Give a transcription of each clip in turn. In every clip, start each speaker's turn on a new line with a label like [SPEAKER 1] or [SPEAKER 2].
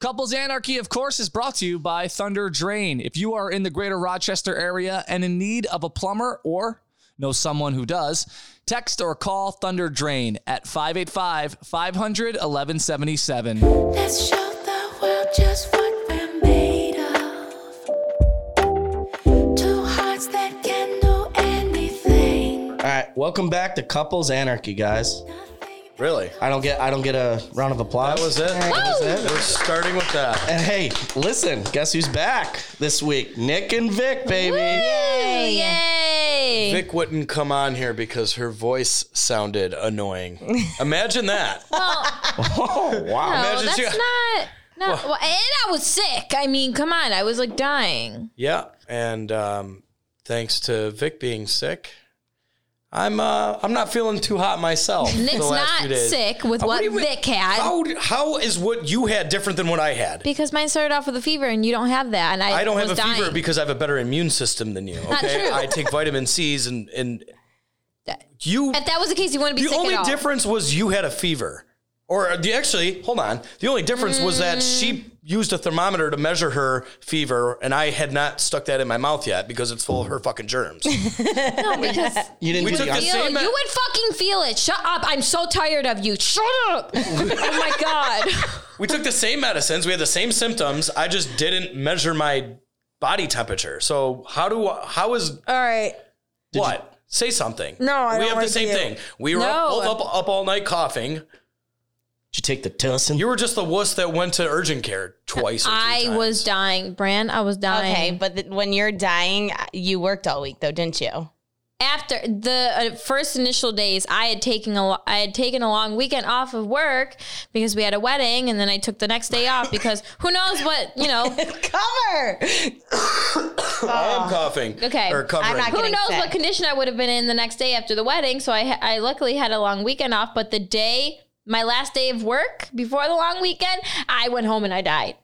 [SPEAKER 1] Couples Anarchy, of course, is brought to you by Thunder Drain. If you are in the greater Rochester area and in need of a plumber or know someone who does, text or call Thunder Drain at 585 500 1177.
[SPEAKER 2] Let's show the world just what we're made of. Two hearts that can do anything.
[SPEAKER 3] All right, welcome back to Couples Anarchy, guys.
[SPEAKER 4] Really?
[SPEAKER 3] I don't get I don't get a round of applause.
[SPEAKER 4] That was it.
[SPEAKER 3] That was it.
[SPEAKER 4] We're starting with that.
[SPEAKER 3] And hey, listen, guess who's back this week? Nick and Vic, baby.
[SPEAKER 5] Yay!
[SPEAKER 4] Vic wouldn't come on here because her voice sounded annoying. Imagine that.
[SPEAKER 5] No,
[SPEAKER 4] Imagine
[SPEAKER 5] that's
[SPEAKER 4] she-
[SPEAKER 5] not. No, well, and I was sick. I mean, come on, I was like dying.
[SPEAKER 4] Yeah. And um, thanks to Vic being sick, I'm uh, I'm not feeling too hot myself.
[SPEAKER 5] Nick's
[SPEAKER 4] the last
[SPEAKER 5] not
[SPEAKER 4] few days.
[SPEAKER 5] sick with
[SPEAKER 4] Uh,
[SPEAKER 5] what
[SPEAKER 4] do you mean-
[SPEAKER 5] Vic had.
[SPEAKER 4] How, d- how is what you had different than what I had?
[SPEAKER 5] Because mine started off with a fever, and you don't have that. And I,
[SPEAKER 4] I don't have a
[SPEAKER 5] was
[SPEAKER 4] fever
[SPEAKER 5] dying.
[SPEAKER 4] because I have a better immune system than you. Okay,
[SPEAKER 5] true.
[SPEAKER 4] I take vitamin C's and and you.
[SPEAKER 5] If that was the case, you wouldn't be
[SPEAKER 4] The
[SPEAKER 5] sick
[SPEAKER 4] only
[SPEAKER 5] at all.
[SPEAKER 4] difference was you had a fever, or the actually, hold on. The only difference was that she used a thermometer to measure her fever, and I had not stuck that in my mouth yet because it's full of her fucking germs.
[SPEAKER 3] You didn't
[SPEAKER 4] We
[SPEAKER 3] do
[SPEAKER 4] took
[SPEAKER 3] the
[SPEAKER 4] this-
[SPEAKER 5] Ew,
[SPEAKER 4] Same-
[SPEAKER 5] you would fucking feel it. Shut up. I'm so tired of you. Shut up. oh my God.
[SPEAKER 4] we took the same medicines, we had the same symptoms. I just didn't measure my body temperature. So how do how is
[SPEAKER 6] All right.
[SPEAKER 4] what? Say something.
[SPEAKER 6] No, I
[SPEAKER 4] we
[SPEAKER 6] don't
[SPEAKER 4] have
[SPEAKER 6] wanna
[SPEAKER 4] the same
[SPEAKER 6] do.
[SPEAKER 4] thing. We were
[SPEAKER 6] No.
[SPEAKER 4] both up, up all night coughing.
[SPEAKER 3] Did you take the tussin?
[SPEAKER 4] You were just the wuss that went to urgent care twice. Or three
[SPEAKER 5] I
[SPEAKER 4] times.
[SPEAKER 5] was dying, Bran. I was dying.
[SPEAKER 7] Okay, but th- when you're dying, uh, you worked all week though, didn't you?
[SPEAKER 5] after the uh, first initial days, I had taken a lo- I had taken a long weekend off of work because we had a wedding, and then I took the next day off because who knows what you know.
[SPEAKER 7] Cover.
[SPEAKER 4] I am coughing.
[SPEAKER 5] Okay.
[SPEAKER 4] Or covering.
[SPEAKER 7] I'm not
[SPEAKER 5] Who
[SPEAKER 7] Getting
[SPEAKER 5] knows
[SPEAKER 7] sick.
[SPEAKER 5] what condition I would have been in the next day after the wedding? So I, ha- I luckily had a long weekend off. But the day, my last day of work before the long weekend, I went home and I died.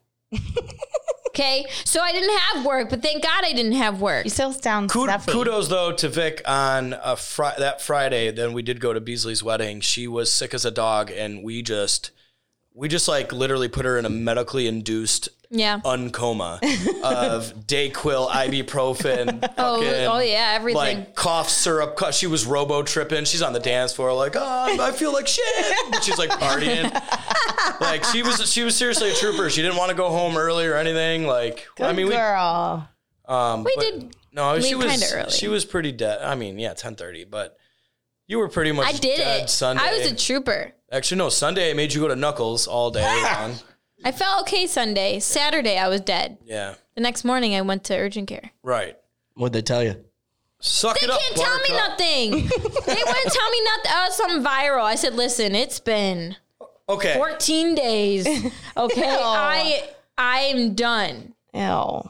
[SPEAKER 5] okay, so I didn't have work, but thank God I didn't have work.
[SPEAKER 7] You still sound
[SPEAKER 4] Kud-
[SPEAKER 7] stuffy.
[SPEAKER 4] kudos though to Vic on a fri- that Friday. Then we did go to Beasley's wedding. She was sick as a dog, and we just we just like literally put her in a medically induced
[SPEAKER 5] Yeah.
[SPEAKER 4] uncoma of Dayquil, ibuprofen.
[SPEAKER 5] Oh,
[SPEAKER 4] fucking,
[SPEAKER 5] oh, yeah, everything.
[SPEAKER 4] Like cough syrup. cough- She was robo tripping. She's on the dance floor like, oh, I feel like shit. But she's like partying. like she was she was seriously a trooper. She didn't want to go home early or anything. Like I mean, we
[SPEAKER 7] girl.
[SPEAKER 4] um,
[SPEAKER 5] We
[SPEAKER 4] but-
[SPEAKER 5] did
[SPEAKER 4] No, she
[SPEAKER 5] leave
[SPEAKER 4] was
[SPEAKER 5] kinda early.
[SPEAKER 4] she was pretty dead. I mean, yeah, ten thirty, but you were pretty much
[SPEAKER 5] I did
[SPEAKER 4] dead
[SPEAKER 5] it.
[SPEAKER 4] Sunday.
[SPEAKER 5] I was a trooper.
[SPEAKER 4] Actually, no, Sunday I made you go to Knuckles all day long.
[SPEAKER 5] I felt okay Sunday. Saturday, I was dead.
[SPEAKER 4] Yeah,
[SPEAKER 5] The next morning, I went to urgent care.
[SPEAKER 4] right.
[SPEAKER 3] What'd they tell you?
[SPEAKER 4] Suck
[SPEAKER 5] They
[SPEAKER 4] it up.
[SPEAKER 5] can't tell me
[SPEAKER 4] Buttercup.
[SPEAKER 5] nothing. they wouldn't tell me nothing. Oh, something viral. I said, listen, it's been
[SPEAKER 4] Okay,
[SPEAKER 5] 14 days. Okay, I I'm done.
[SPEAKER 7] Ew.
[SPEAKER 5] Yeah,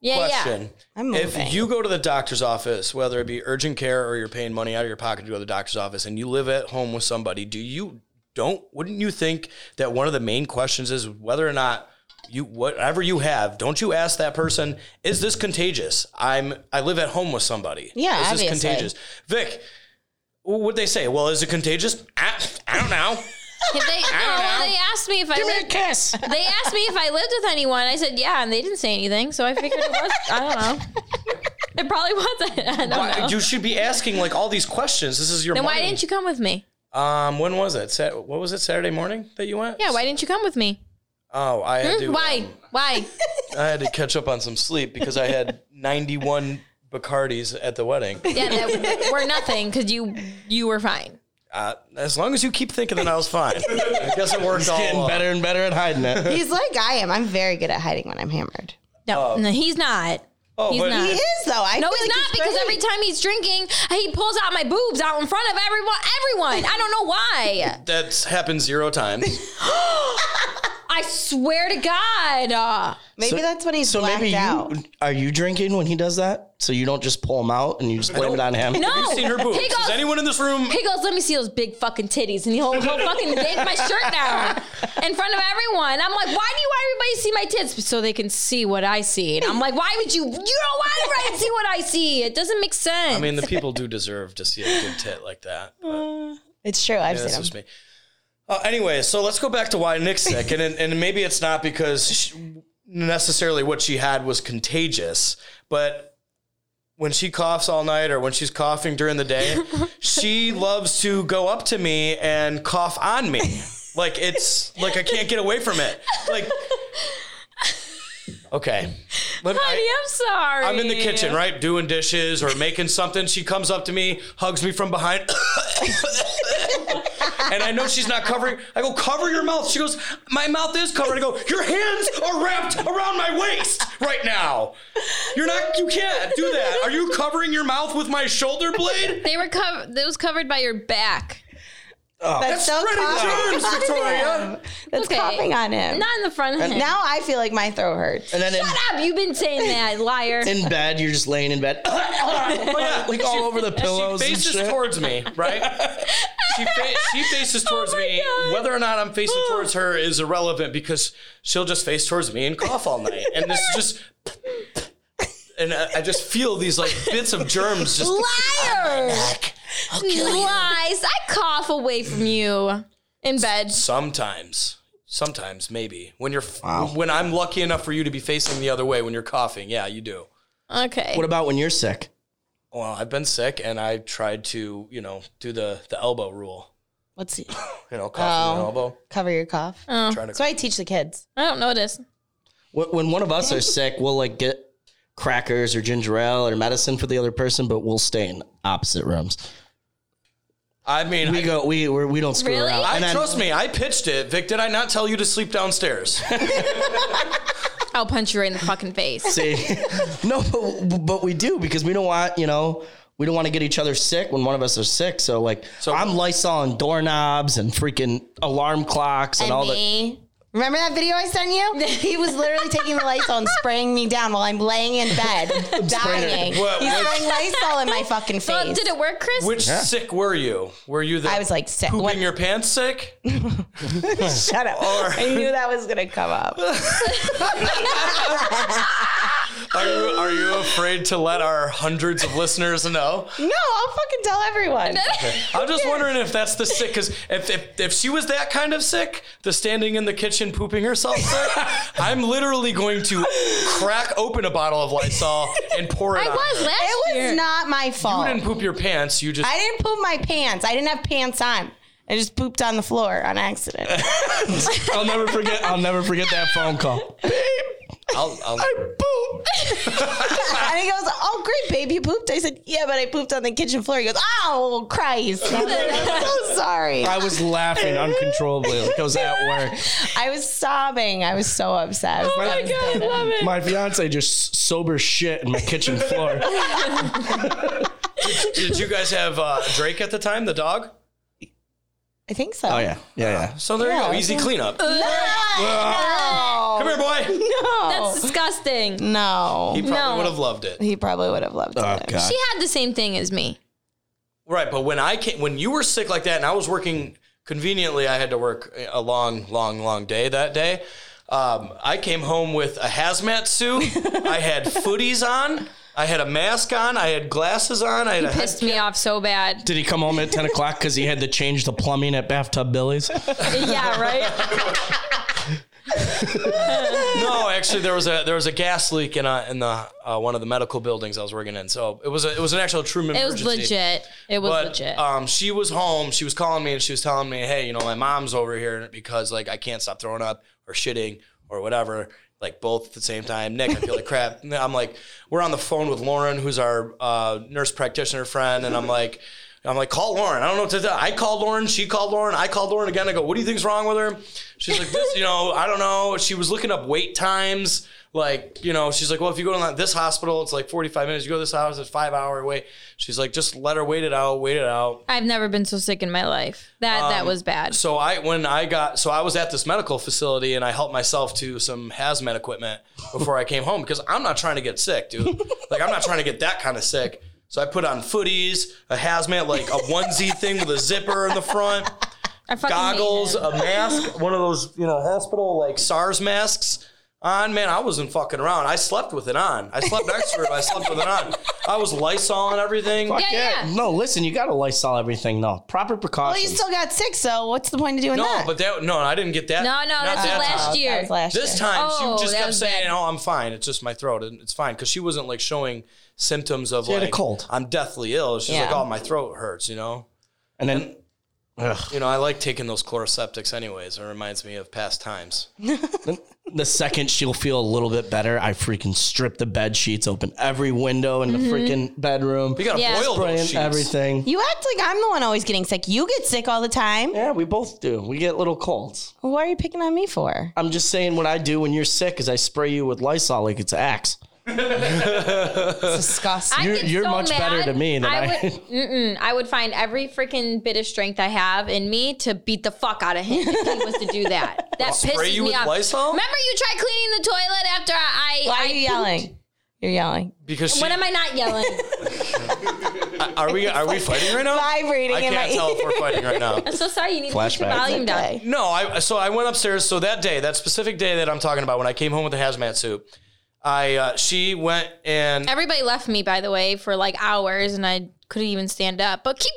[SPEAKER 5] yeah.
[SPEAKER 4] question.
[SPEAKER 7] I'm moving.
[SPEAKER 4] If you go to the doctor's office, whether it be urgent care or you're paying money out of your pocket to go to the doctor's office, and you live at home with somebody, do you don't? Wouldn't you think that one of the main questions is whether or not you whatever you have, don't you ask that person, is this contagious? I'm I live at home with somebody.
[SPEAKER 7] Yeah,
[SPEAKER 4] is this
[SPEAKER 7] obviously.
[SPEAKER 4] contagious? Vic, what'd they say? Well, is it contagious? I, I don't know.
[SPEAKER 5] If they, no, they asked me if I lived.
[SPEAKER 3] kiss.
[SPEAKER 5] They asked me if I lived with anyone. I said yeah, and they didn't say anything. So I figured it was. I don't know. It probably wasn't. I don't
[SPEAKER 4] Why-
[SPEAKER 5] know.
[SPEAKER 4] You should be asking like all these questions. This is your.
[SPEAKER 5] then why
[SPEAKER 4] morning.
[SPEAKER 5] didn't you come with me?
[SPEAKER 4] Um, when was it? Sat- what was it? Saturday morning that you went?
[SPEAKER 5] Yeah, why didn't you come with me?
[SPEAKER 4] Oh, I had to.
[SPEAKER 5] Hmm, Why? Why?
[SPEAKER 4] I had to catch up on some sleep because I had 91 Bacardis at the wedding.
[SPEAKER 5] Yeah, that were nothing because you you were fine.
[SPEAKER 4] Uh, as long as you keep thinking that I was fine, I guess it worked all
[SPEAKER 3] Getting
[SPEAKER 4] along.
[SPEAKER 3] better and better at hiding it.
[SPEAKER 7] He's like I am. I'm very good at hiding when I'm hammered.
[SPEAKER 5] No, no he's not.
[SPEAKER 4] Oh,
[SPEAKER 5] He's
[SPEAKER 4] but
[SPEAKER 5] not.
[SPEAKER 7] He is though. I
[SPEAKER 5] No,
[SPEAKER 7] feel
[SPEAKER 5] he's
[SPEAKER 7] like
[SPEAKER 5] not because
[SPEAKER 7] great.
[SPEAKER 5] every time he's drinking, he pulls out my boobs out in front of everyone. Everyone, I don't know why.
[SPEAKER 4] that's happened zero times.
[SPEAKER 5] I swear to God. Uh,
[SPEAKER 7] maybe that's when he's
[SPEAKER 3] So
[SPEAKER 7] blacked
[SPEAKER 3] maybe
[SPEAKER 7] out.
[SPEAKER 3] you are you drinking when he does that? So you don't just pull him out and you just blame it on him?
[SPEAKER 5] no,
[SPEAKER 4] You've seen her boobs.
[SPEAKER 5] He
[SPEAKER 4] Is
[SPEAKER 5] goes,
[SPEAKER 4] anyone in this room?
[SPEAKER 5] he goes, let me see those big fucking titties, and he'll, he'll fucking yank my shirt down in front of everyone. I'm like, why do you want everybody to see my tits so they can see what I see? And I'm like, why would you? You don't want everybody to see what I see. It doesn't make sense.
[SPEAKER 4] I mean, the people do deserve to see a good tit like that.
[SPEAKER 7] It's true.
[SPEAKER 4] Yeah,
[SPEAKER 7] I've seen
[SPEAKER 4] that's
[SPEAKER 7] him.
[SPEAKER 4] just me. Uh, anyway, so let's go back to why Nick's sick, and and maybe it's not because she, necessarily what she had was contagious, but when she coughs all night or when she's coughing during the day, she loves to go up to me and cough on me. Like it's like I can't get away from it. Like okay, Let me- I-
[SPEAKER 5] Honey, I'm sorry.
[SPEAKER 4] I'm in the kitchen, right? Doing dishes or making something. She comes up to me, hugs me from behind. and I know she's not covering. I go, cover your mouth. She goes, my mouth is covered. I go, your hands are wrapped around my waist right now. You're not, you can't do that. Are you covering your mouth with my shoulder blade?
[SPEAKER 5] They were covered. It was covered by your back.
[SPEAKER 7] That's, so
[SPEAKER 4] spreading
[SPEAKER 7] coughing
[SPEAKER 4] germs,
[SPEAKER 7] on
[SPEAKER 4] Victoria.
[SPEAKER 7] him. That's
[SPEAKER 5] Okay.
[SPEAKER 7] coughing on him.
[SPEAKER 5] Not in the front of him.
[SPEAKER 7] now I feel like my throat hurts.
[SPEAKER 3] And then
[SPEAKER 5] Shut up! You've been saying that, liar.
[SPEAKER 3] in, in bed, you're just laying in bed,
[SPEAKER 4] Oh, yeah.
[SPEAKER 3] like all over the pillows
[SPEAKER 4] She
[SPEAKER 3] and
[SPEAKER 4] faces
[SPEAKER 3] shit.
[SPEAKER 4] towards me, right? she, fa- she faces towards
[SPEAKER 3] Oh
[SPEAKER 4] me. Whether or not I'm facing towards her is irrelevant because she'll just face towards me and cough all night. And this is just. And I I just feel these like bits of germs just.
[SPEAKER 5] liar! Lies. I cough away from you in bed.
[SPEAKER 4] Sometimes, sometimes maybe when you're when I'm lucky enough for you to be facing the other way when you're coughing, yeah, you do.
[SPEAKER 5] Okay.
[SPEAKER 3] What about when you're sick?
[SPEAKER 4] Well, I've been sick and I tried to you know do the the elbow rule,
[SPEAKER 7] Let's see.
[SPEAKER 4] you know, coughing
[SPEAKER 7] Oh.
[SPEAKER 4] an elbow,
[SPEAKER 7] Cover your cough.
[SPEAKER 5] Oh.
[SPEAKER 4] trying to
[SPEAKER 7] That's why I teach the kids.
[SPEAKER 5] I don't notice.
[SPEAKER 3] When, when one of us are sick, we'll like get crackers or ginger ale or medicine for the other person, but we'll stay in opposite rooms.
[SPEAKER 4] I mean,
[SPEAKER 3] We go, we we're, we don't screw
[SPEAKER 5] Really?
[SPEAKER 3] around.
[SPEAKER 4] I
[SPEAKER 3] And then-
[SPEAKER 4] trust me. I pitched it, Vic. Did I not tell you to sleep downstairs?
[SPEAKER 5] I'll punch you right in the fucking face.
[SPEAKER 3] See, no, but, but we do because we don't want you know we don't want to get each other sick when one of us are sick. So like,
[SPEAKER 4] So-
[SPEAKER 3] I'm Lysol and doorknobs and freaking alarm clocks and, all that.
[SPEAKER 7] me. Remember that video I sent you? He was literally taking the Lysol and spraying me down while I'm laying in bed, dying.
[SPEAKER 4] What-
[SPEAKER 7] He's
[SPEAKER 4] what-
[SPEAKER 7] spraying Lysol in my fucking face.
[SPEAKER 5] Well, did it work, Chris?
[SPEAKER 4] Which sick were you? Were you the
[SPEAKER 7] I was like sick.
[SPEAKER 4] pooping
[SPEAKER 7] What?
[SPEAKER 4] your pants sick?
[SPEAKER 7] Shut up. I knew that was gonna come up.
[SPEAKER 4] Are you are you afraid to let our hundreds of listeners know?
[SPEAKER 7] No, I'll fucking tell everyone.
[SPEAKER 4] I'm just wondering if that's the sick. Because if, if if she was that kind of sick, the standing in the kitchen pooping herself sick, I'm literally going to crack open a bottle of Lysol and pour it.
[SPEAKER 5] I
[SPEAKER 4] on
[SPEAKER 5] was
[SPEAKER 4] her.
[SPEAKER 5] last
[SPEAKER 7] It
[SPEAKER 5] year.
[SPEAKER 7] was not my
[SPEAKER 4] You
[SPEAKER 7] fault.
[SPEAKER 4] didn't poop your pants. You just
[SPEAKER 7] I didn't poop my pants. I didn't have pants on. I just pooped on the floor on accident.
[SPEAKER 3] I'll never forget. I'll never forget that phone call.
[SPEAKER 4] I'll, I'll,
[SPEAKER 7] and he goes, "Oh, great, babe, you pooped." I said, "Yeah, but I pooped on the kitchen floor." He goes, "Oh, Christ, I'm like, I'm so sorry."
[SPEAKER 3] I was laughing uncontrollably. Like I was at work.
[SPEAKER 7] I was sobbing. I was so upset. Oh my god, I love it.
[SPEAKER 3] My fiance just sober shit in my kitchen floor.
[SPEAKER 4] did you guys have uh, Drake at the time? The dog.
[SPEAKER 7] I think so.
[SPEAKER 3] Oh yeah, yeah,
[SPEAKER 4] So there you
[SPEAKER 7] Yeah.
[SPEAKER 4] go. Easy cleanup.
[SPEAKER 5] Uh,
[SPEAKER 4] Come
[SPEAKER 7] No,
[SPEAKER 4] here, boy.
[SPEAKER 7] no,
[SPEAKER 5] That's disgusting.
[SPEAKER 7] no.
[SPEAKER 4] He
[SPEAKER 7] He,
[SPEAKER 4] probably
[SPEAKER 5] No.
[SPEAKER 4] would have loved it.
[SPEAKER 7] probably would have loved
[SPEAKER 3] yeah. Oh
[SPEAKER 7] it.
[SPEAKER 3] god.
[SPEAKER 5] She had the same thing as me.
[SPEAKER 4] Right, but when I came, when you were sick like that, and I was working conveniently, I had to work a long, long, long day that day. Um, I came home with a hazmat suit. I had footies on. I had a mask on. I had glasses on. I had a head-
[SPEAKER 5] Pissed me off so bad.
[SPEAKER 3] Did he come home at ten o'clock because he had to change the plumbing at Bathtub Billy's?
[SPEAKER 5] yeah, right.
[SPEAKER 4] no. Actually, there was a there was a gas leak in a, in the uh, one of the medical buildings I was working in. So it was a, it was an actual true
[SPEAKER 5] It
[SPEAKER 4] emergency.
[SPEAKER 5] was legit. It was
[SPEAKER 4] but
[SPEAKER 5] legit.
[SPEAKER 4] um, she was home. She was calling me and she was telling me, "Hey, you know, my mom's over here because like I can't stop throwing up or shitting or whatever, like both at the same time." Nick, I feel like crap. And I'm like, we're on the phone with Lauren, who's our uh, nurse practitioner friend, and I'm like. I'm like, call Lauren. I don't know what to do. I called Lauren. She called Lauren. I called Lauren again. I go, what do you think's wrong with her? She's like, this, you know, I don't know. She was looking up wait times. Like, you know, she's like, well, if you go to this hospital, it's like 45 minutes. You go to this house, it's five hour wait. She's like, just let her wait it out, wait it out.
[SPEAKER 5] I've never been so sick in my life. That that was bad.
[SPEAKER 4] So I when I got so I was at this medical facility and I helped myself to some hazmat equipment before I came home because I'm not trying to get sick, dude. like I'm not trying to get that kind of sick. So I put on footies, a hazmat, like a onesie thing with a zipper in the front,
[SPEAKER 5] I fucking hate
[SPEAKER 4] goggles,
[SPEAKER 5] him.
[SPEAKER 4] a mask, one of those you know hospital like SARS masks on, man. I wasn't fucking around. I slept with it on. I slept next to her. but I slept with it on. I was Lysol and everything.
[SPEAKER 5] Yeah, yeah.
[SPEAKER 3] No, listen, you gotta Lysol everything though. Proper
[SPEAKER 7] Well, you
[SPEAKER 3] precautions.
[SPEAKER 7] still got sick, so what's the point of doing
[SPEAKER 4] No,
[SPEAKER 7] that?
[SPEAKER 4] but that no, I didn't get that.
[SPEAKER 5] No, no,
[SPEAKER 4] Not that
[SPEAKER 5] that's the
[SPEAKER 4] time.
[SPEAKER 5] last year.
[SPEAKER 7] Oh, That was last
[SPEAKER 4] This
[SPEAKER 7] year.
[SPEAKER 4] time
[SPEAKER 5] Oh,
[SPEAKER 4] she just
[SPEAKER 5] that
[SPEAKER 4] kept
[SPEAKER 5] was
[SPEAKER 4] saying,
[SPEAKER 5] bad.
[SPEAKER 4] "Oh, I'm fine. It's just my throat, and it's fine." Because she wasn't like showing symptoms of
[SPEAKER 3] She
[SPEAKER 4] like
[SPEAKER 3] had a cold.
[SPEAKER 4] I'm deathly ill. She's like,
[SPEAKER 7] Yeah.
[SPEAKER 4] "Oh, my throat hurts," you know.
[SPEAKER 3] and then
[SPEAKER 4] You know, I like taking those chloroseptics anyways. It reminds me of past times.
[SPEAKER 3] the second she'll feel a little bit better, I freaking strip the bed sheets, open every window in the
[SPEAKER 5] Mm-hmm.
[SPEAKER 3] freaking bedroom.
[SPEAKER 4] You gotta
[SPEAKER 5] Yeah.
[SPEAKER 4] boil those
[SPEAKER 3] spraying
[SPEAKER 4] sheets.
[SPEAKER 3] everything.
[SPEAKER 7] you act like I'm the one always getting sick. You get sick all the time.
[SPEAKER 3] Yeah, we both do. We get little colds.
[SPEAKER 7] Why are you picking on me for?
[SPEAKER 3] I'm just saying what I do when you're sick is I spray you with Lysol like it's Axe.
[SPEAKER 7] Disgusting.
[SPEAKER 5] I
[SPEAKER 3] You're-
[SPEAKER 5] get
[SPEAKER 3] you're
[SPEAKER 5] so
[SPEAKER 3] much
[SPEAKER 5] mad.
[SPEAKER 3] better to me than I-
[SPEAKER 5] would. mm-mm, I would find every freaking bit of strength I have in me to beat the fuck out of him if he was to do that. That
[SPEAKER 4] Spray
[SPEAKER 5] pisses
[SPEAKER 4] you
[SPEAKER 5] me
[SPEAKER 4] with
[SPEAKER 5] off.
[SPEAKER 4] Lysol?
[SPEAKER 5] Remember, you tried cleaning the toilet after I. I
[SPEAKER 7] Why are you
[SPEAKER 5] pooped?
[SPEAKER 7] yelling? You're yelling.
[SPEAKER 4] Because she,
[SPEAKER 5] When am I not yelling?
[SPEAKER 4] are we are we fighting right now?
[SPEAKER 7] Vibrating
[SPEAKER 4] I
[SPEAKER 7] in my
[SPEAKER 4] can't tell if we're fighting right now.
[SPEAKER 5] I'm so sorry. You need to push your
[SPEAKER 3] Flashback.
[SPEAKER 5] volume down.
[SPEAKER 7] Okay.
[SPEAKER 4] No, I so I went upstairs. So that day, that specific day that I'm talking about, when I came home with the hazmat suit, I uh, she went and
[SPEAKER 5] Everybody left me, by the way, for like hours, and I couldn't even stand up. But keep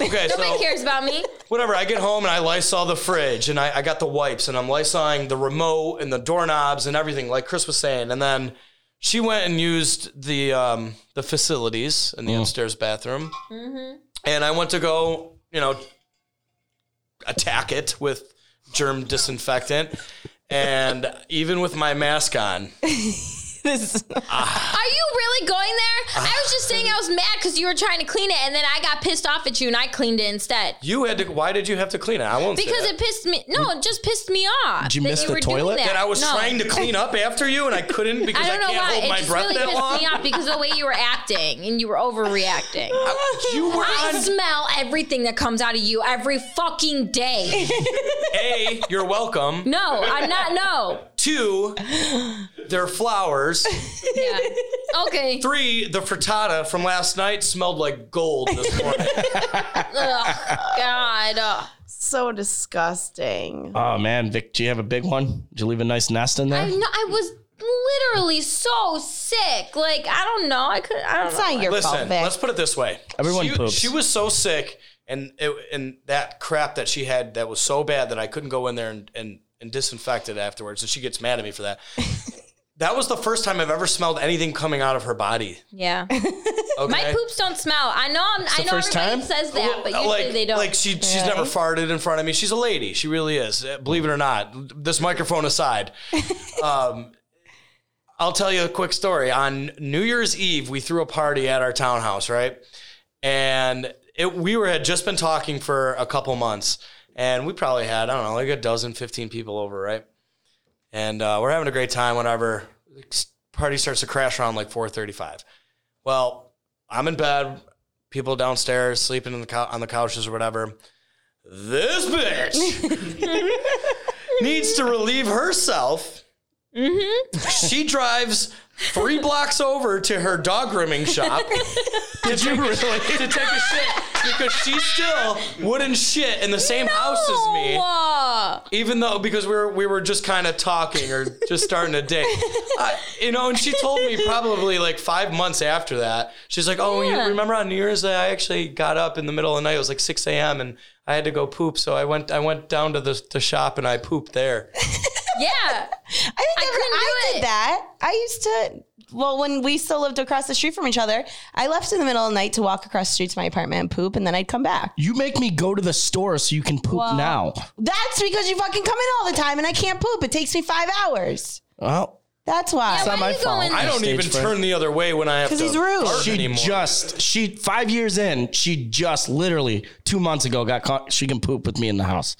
[SPEAKER 5] going.
[SPEAKER 4] Okay,
[SPEAKER 5] Nobody
[SPEAKER 4] so-
[SPEAKER 5] cares about me.
[SPEAKER 4] whatever. I get home and I lysol the fridge and I, I got the wipes and I'm lysoling the remote and the doorknobs and everything, like Chris was saying. And then she went and used the um, the facilities in the upstairs bathroom,
[SPEAKER 5] Mm-hmm.
[SPEAKER 4] and I went to go, you know, attack it with germ disinfectant. And even with my mask on,
[SPEAKER 7] This
[SPEAKER 5] Are you really going there? I was just saying I was mad because you were trying to clean it, and then I got pissed off at you, and I cleaned it instead.
[SPEAKER 4] you had to. Why did you have to clean it? I won't. say
[SPEAKER 5] Because
[SPEAKER 4] that.
[SPEAKER 5] it pissed me. No, it just pissed me off.
[SPEAKER 3] Did you
[SPEAKER 5] that
[SPEAKER 3] miss the
[SPEAKER 5] were doing
[SPEAKER 3] toilet?
[SPEAKER 4] that I was
[SPEAKER 5] No.
[SPEAKER 4] trying to clean up after you, and I couldn't because
[SPEAKER 5] I
[SPEAKER 4] I,
[SPEAKER 5] don't know
[SPEAKER 4] can't
[SPEAKER 5] why.
[SPEAKER 4] hold
[SPEAKER 5] It
[SPEAKER 4] my
[SPEAKER 5] just
[SPEAKER 4] breath
[SPEAKER 5] really
[SPEAKER 4] that
[SPEAKER 5] pissed
[SPEAKER 4] long.
[SPEAKER 5] me off because of the way you were acting and you were overreacting.
[SPEAKER 4] You were
[SPEAKER 5] I
[SPEAKER 4] on
[SPEAKER 5] smell everything that comes out of you every fucking day.
[SPEAKER 4] a. You're welcome.
[SPEAKER 5] No, I'm not. No.
[SPEAKER 4] Two, they're flowers.
[SPEAKER 5] Yeah. Okay.
[SPEAKER 4] Three, the frittata from last night smelled like gold this morning.
[SPEAKER 5] Ugh, God. Ugh.
[SPEAKER 7] so disgusting.
[SPEAKER 3] Oh man, Vic, do you have a big one? Did you leave a nice nest in there?
[SPEAKER 5] I know. I was literally so sick. Like I don't know. I could. I don't
[SPEAKER 7] It's
[SPEAKER 5] know.
[SPEAKER 7] not your fault,
[SPEAKER 4] Listen,
[SPEAKER 7] Vic.
[SPEAKER 4] let's put it this way.
[SPEAKER 3] Everyone
[SPEAKER 4] she,
[SPEAKER 3] poops.
[SPEAKER 4] she was so sick, and it, and that crap that she had that was so bad that I couldn't go in there and and, and disinfect it afterwards. And she gets mad at me for that. that was the first time I've ever smelled anything coming out of her body.
[SPEAKER 5] Yeah.
[SPEAKER 4] Okay?
[SPEAKER 5] My poops don't smell. I know. I'm, I
[SPEAKER 3] the
[SPEAKER 5] know
[SPEAKER 3] first
[SPEAKER 5] everybody
[SPEAKER 3] time?
[SPEAKER 5] says that, but
[SPEAKER 4] Uh,
[SPEAKER 5] usually
[SPEAKER 4] like,
[SPEAKER 5] they don't.
[SPEAKER 4] Like she, she's never farted in front of me. She's a lady. She really is. Uh, Believe it or not, this microphone aside, um, I'll tell you a quick story. On New Year's Eve, we threw a party at our townhouse, right? And it, we were had just been talking for a couple months, and we probably had I don't know like a dozen, fifteen people over, right? And uh, we're having a great time. Whenever party starts to crash around like four thirty-five. Well, I'm in bed people downstairs sleeping in the cou- on the couches or whatever. This bitch needs to relieve herself. Mm-hmm. She drives three blocks over to her dog grooming shop to, take a, to take a shit because she still wouldn't shit in the same house as me
[SPEAKER 5] Oh,
[SPEAKER 4] even though because we were we were just kind of talking or just starting to date, I, you know. And she told me probably like five months after that, she's like, "Oh,
[SPEAKER 5] Yeah.
[SPEAKER 4] you remember on New Year's Day, I actually got up in the middle of the night. It was like six a.m. and I had to go poop, so I went I went down to the, the shop and I pooped there.
[SPEAKER 5] yeah.
[SPEAKER 7] I think
[SPEAKER 5] couldn't do
[SPEAKER 7] I, I did
[SPEAKER 5] it.
[SPEAKER 7] that. I used to. Well, when we still lived across the street from each other, I left in the middle of the night to walk across the street to my apartment and poop, and then I'd come back.
[SPEAKER 3] you make me go to the store so you can poop now.
[SPEAKER 7] That's because you fucking come in all the time, and I can't poop. It takes me five hours.
[SPEAKER 3] Well,
[SPEAKER 7] That's why.
[SPEAKER 5] Yeah,
[SPEAKER 3] not
[SPEAKER 5] Why
[SPEAKER 3] my
[SPEAKER 5] you
[SPEAKER 3] fault.
[SPEAKER 5] going
[SPEAKER 4] I don't
[SPEAKER 3] Stage
[SPEAKER 4] even
[SPEAKER 3] fright.
[SPEAKER 4] turn the other way when I have
[SPEAKER 7] 'Cause
[SPEAKER 4] to.
[SPEAKER 7] he's rude.
[SPEAKER 4] fart
[SPEAKER 3] She
[SPEAKER 4] anymore.
[SPEAKER 3] just she five years in. She just literally two months ago got caught. She can poop with me in the house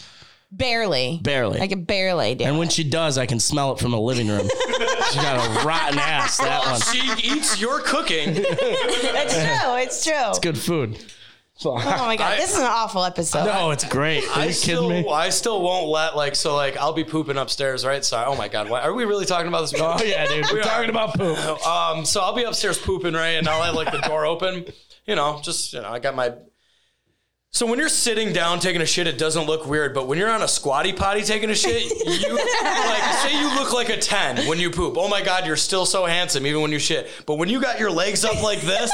[SPEAKER 7] barely.
[SPEAKER 3] barely.
[SPEAKER 7] I can barely do.
[SPEAKER 3] and
[SPEAKER 7] it.
[SPEAKER 3] when she does, I can smell it from the living room. she got a rotten ass. That one.
[SPEAKER 4] she eats your cooking.
[SPEAKER 7] It's true. It's true.
[SPEAKER 3] Good food.
[SPEAKER 7] Oh my god,
[SPEAKER 4] I-
[SPEAKER 7] this is an awful episode.
[SPEAKER 3] No, it's great. Are you
[SPEAKER 4] I
[SPEAKER 3] kidding
[SPEAKER 4] still,
[SPEAKER 3] me?
[SPEAKER 4] I still won't let like so like I'll be pooping upstairs, right? Sorry. Oh my god, why, are we really talking about this?
[SPEAKER 3] Oh yeah, dude. We're
[SPEAKER 4] are.
[SPEAKER 3] talking about poop.
[SPEAKER 4] Um, so I'll be upstairs pooping, right? And I'll have like the door open. You know, just you know, I got my So when you're sitting down taking a shit, it doesn't look weird. But when you're on a squatty potty taking a shit, you like say you look like a ten when you poop. Oh my god, you're still so handsome even when you shit. But when you got your legs up like this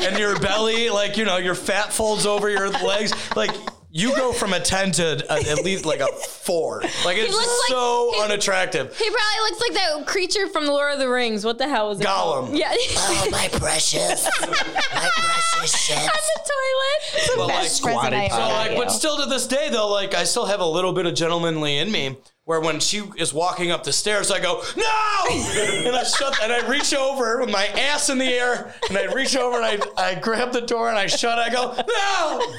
[SPEAKER 4] and your belly, like you know, your fat folds over your legs, like. You go from a ten to a, at least like a four. Like it's
[SPEAKER 5] looks like-
[SPEAKER 4] so
[SPEAKER 5] he-
[SPEAKER 4] unattractive.
[SPEAKER 5] He probably looks like that creature from The Lord of the Rings. What the hell was it? called?
[SPEAKER 4] Gollum.
[SPEAKER 5] Yeah.
[SPEAKER 3] Oh, my precious. my precious shit.
[SPEAKER 5] On the toilet.
[SPEAKER 4] Well, like,
[SPEAKER 7] Best present
[SPEAKER 3] squatty
[SPEAKER 7] I
[SPEAKER 3] potty.
[SPEAKER 7] ever
[SPEAKER 4] So,
[SPEAKER 3] Yeah,
[SPEAKER 7] got
[SPEAKER 4] like,
[SPEAKER 7] you.
[SPEAKER 4] but still to this day, though, like I still have a little bit of gentlemanly in me. Where when she is walking up the stairs, I go no, and I shut and I reach over with my ass in the air, and I reach over and I, I grab the door and I shut. it. I go no.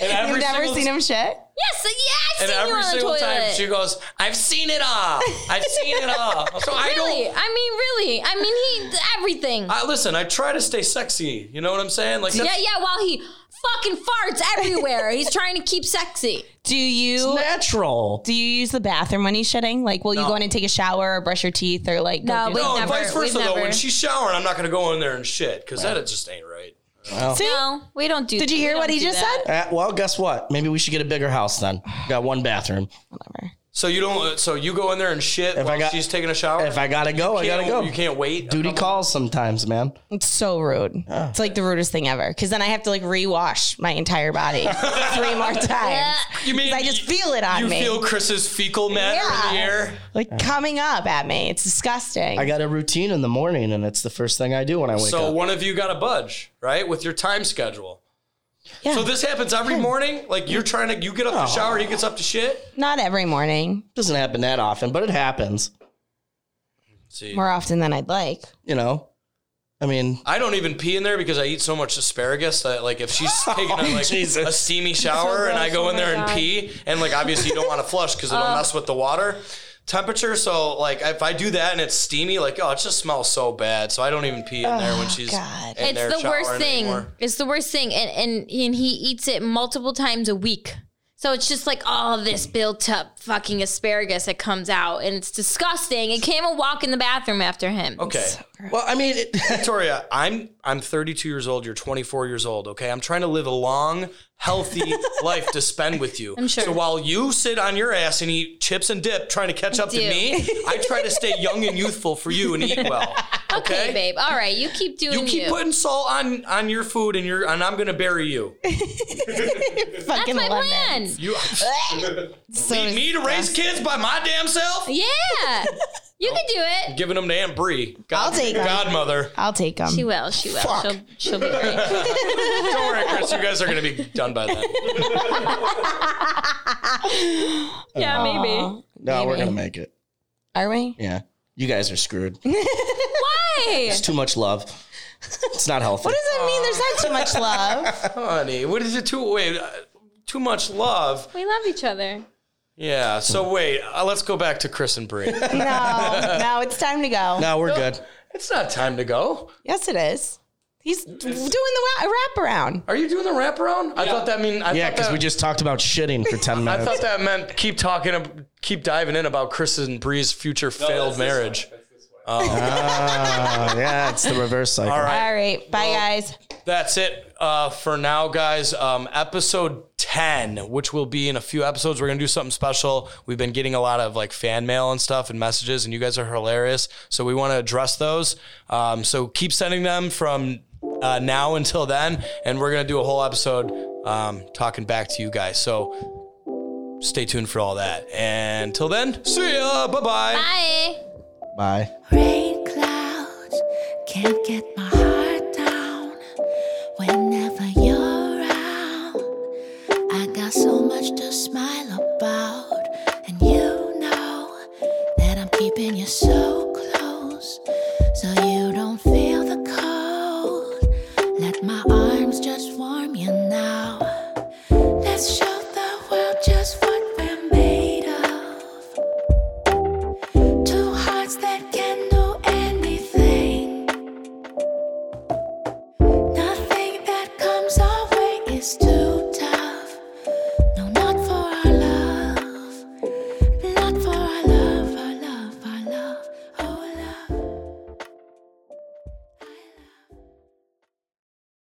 [SPEAKER 4] And
[SPEAKER 7] You've
[SPEAKER 4] every
[SPEAKER 7] never
[SPEAKER 4] single-
[SPEAKER 7] seen him shit?
[SPEAKER 5] Yes, yeah, I've
[SPEAKER 4] And
[SPEAKER 5] seen you
[SPEAKER 4] every
[SPEAKER 5] on the
[SPEAKER 4] single
[SPEAKER 5] toilet.
[SPEAKER 4] time she goes, I've seen it all. I've seen it all. So I
[SPEAKER 5] really?
[SPEAKER 4] don't.
[SPEAKER 5] I, mean, really? I mean, he everything.
[SPEAKER 4] I listen. I try to stay sexy. You know what I'm saying? Like
[SPEAKER 5] yeah,
[SPEAKER 4] that's
[SPEAKER 5] yeah. While he fucking farts everywhere, he's trying to keep sexy.
[SPEAKER 7] Do you
[SPEAKER 3] Natural.
[SPEAKER 7] do you use the bathroom when he's shitting? Like, will you
[SPEAKER 4] No.
[SPEAKER 7] go in and take a shower or brush your teeth or like?
[SPEAKER 5] No,
[SPEAKER 7] go do
[SPEAKER 5] we-
[SPEAKER 4] no.
[SPEAKER 7] something?
[SPEAKER 4] And
[SPEAKER 5] never-
[SPEAKER 4] vice versa
[SPEAKER 5] we've
[SPEAKER 4] though. When
[SPEAKER 5] never-
[SPEAKER 4] she's showering, I'm not gonna go in there and shit because that just ain't right.
[SPEAKER 5] No, we don't do.
[SPEAKER 7] Did you
[SPEAKER 5] we
[SPEAKER 7] hear
[SPEAKER 5] don't
[SPEAKER 7] what he
[SPEAKER 5] do
[SPEAKER 7] just
[SPEAKER 5] that.
[SPEAKER 3] Uh, well, guess what? Maybe we should get a bigger house then. Got one bathroom.
[SPEAKER 7] Whatever.
[SPEAKER 4] So you don't. So you go in there and shit.
[SPEAKER 3] If I
[SPEAKER 4] while
[SPEAKER 3] got-
[SPEAKER 4] she's taking a shower.
[SPEAKER 3] If I gotta go, I
[SPEAKER 4] You
[SPEAKER 3] gotta
[SPEAKER 4] can't-
[SPEAKER 3] go.
[SPEAKER 4] You can't wait.
[SPEAKER 3] Duty calls sometimes, man.
[SPEAKER 7] It's so rude.
[SPEAKER 4] Ah.
[SPEAKER 7] It's like the rudest thing ever. Because then I have to like rewash my entire body three more times.
[SPEAKER 4] You mean
[SPEAKER 7] 'Cause I just feel it on
[SPEAKER 4] you
[SPEAKER 7] me,
[SPEAKER 4] feel Chris's fecal matter in the
[SPEAKER 7] Yeah.
[SPEAKER 4] air.
[SPEAKER 7] like coming up at me. It's disgusting.
[SPEAKER 3] I got a routine in the morning, and it's the first thing I do when I wake
[SPEAKER 4] So
[SPEAKER 3] up.
[SPEAKER 4] one of you got to budge, right, with your time schedule.
[SPEAKER 7] yeah.
[SPEAKER 4] So this happens every
[SPEAKER 3] Hmm.
[SPEAKER 4] morning. Like you're trying to, you get up to shower, he gets up to shit.
[SPEAKER 7] Not every morning.
[SPEAKER 3] doesn't happen that often, but it happens.
[SPEAKER 4] See,
[SPEAKER 7] More often than I'd like.
[SPEAKER 3] You know, I mean,
[SPEAKER 4] I don't even pee in there because I eat so much asparagus that like if she's taking a, like
[SPEAKER 3] Jesus.
[SPEAKER 4] a steamy shower and I
[SPEAKER 5] Oh
[SPEAKER 4] go in there and pee and like obviously you don't want to flush because
[SPEAKER 5] Uh.
[SPEAKER 4] it'll mess with the water temperature. So like if I do that and it's steamy, like oh it just smells so bad. So I don't even pee in there when she's
[SPEAKER 7] God.
[SPEAKER 4] in there
[SPEAKER 5] Oh, It's the worst
[SPEAKER 4] showering
[SPEAKER 5] thing.
[SPEAKER 4] anymore.
[SPEAKER 5] It's the worst thing, and and and he eats it multiple times a week. So it's just like all this built up fucking asparagus that comes out, and it's disgusting. It can't even walk in the bathroom after him.
[SPEAKER 4] Okay.
[SPEAKER 3] well, I mean, it,
[SPEAKER 4] Victoria, I'm I'm 32 years old. You're 24 years old. Okay, I'm trying to live a long, healthy life to spend with you. I'm
[SPEAKER 5] sure.
[SPEAKER 4] So while you sit on your ass and eat chips and dip, trying to catch up to
[SPEAKER 5] do.
[SPEAKER 4] me, I try to stay young and youthful for you and eat well. Okay,
[SPEAKER 5] Okay, babe. All right, you keep doing
[SPEAKER 4] You
[SPEAKER 5] you.
[SPEAKER 4] keep putting salt on on your food, and you're and I'm gonna bury you.
[SPEAKER 5] That's
[SPEAKER 7] Fucking
[SPEAKER 5] my
[SPEAKER 7] love it.
[SPEAKER 5] plan.
[SPEAKER 4] You
[SPEAKER 7] So
[SPEAKER 4] need me to raise kids by my damn self.
[SPEAKER 5] Yeah, you can do it.
[SPEAKER 4] Giving them to Aunt Bree. God,
[SPEAKER 7] I'll take 'em.
[SPEAKER 4] Godmother.
[SPEAKER 7] I'll take them.
[SPEAKER 5] She will. She will. She'll, she'll be great.
[SPEAKER 4] Don't worry, Chris. You guys are gonna be done by then.
[SPEAKER 5] Yeah, maybe.
[SPEAKER 7] Aw.
[SPEAKER 3] no, we're gonna make it.
[SPEAKER 7] Are we?
[SPEAKER 3] Yeah, you guys are screwed.
[SPEAKER 5] Why?
[SPEAKER 3] It's too much love. It's not healthy.
[SPEAKER 7] What does that mean? There's not too much love.
[SPEAKER 4] Honey, what is it? Too wait, uh, too much love.
[SPEAKER 5] We love each other.
[SPEAKER 4] Yeah. So wait, uh, let's go back to Chris and Bree.
[SPEAKER 7] No, Um, no, it's time to go.
[SPEAKER 3] no, we're good.
[SPEAKER 4] it's not time to go.
[SPEAKER 7] Yes, it is. He's doing the wa- wraparound.
[SPEAKER 4] Are you doing the wraparound? I thought that mean. I
[SPEAKER 3] Yeah,
[SPEAKER 4] thought
[SPEAKER 3] because
[SPEAKER 4] that-
[SPEAKER 3] we just talked about shitting for ten
[SPEAKER 4] I
[SPEAKER 3] minutes.
[SPEAKER 4] thought that meant keep talking, ab- keep diving in about Chris and Bree's future failed marriage.
[SPEAKER 3] Ah, yeah, it's the reverse cycle.
[SPEAKER 4] All right,
[SPEAKER 7] All right, bye guys.
[SPEAKER 4] that's it uh, for now, guys. Um, episode ten, which will be in a few episodes, we're gonna do something special. We've been getting a lot of like fan mail and stuff and messages, and you guys are hilarious. So we want to address those. Um, so keep sending them from uh, now until then, and we're gonna do a whole episode um, talking back to you guys. So stay tuned for all that. And till then, see ya. Bye bye.
[SPEAKER 5] Bye.
[SPEAKER 3] Bye.
[SPEAKER 2] Rain clouds can't get my heart down. Whenever you're around, I got so much to smile about, and you know that I'm keeping you so close. oh,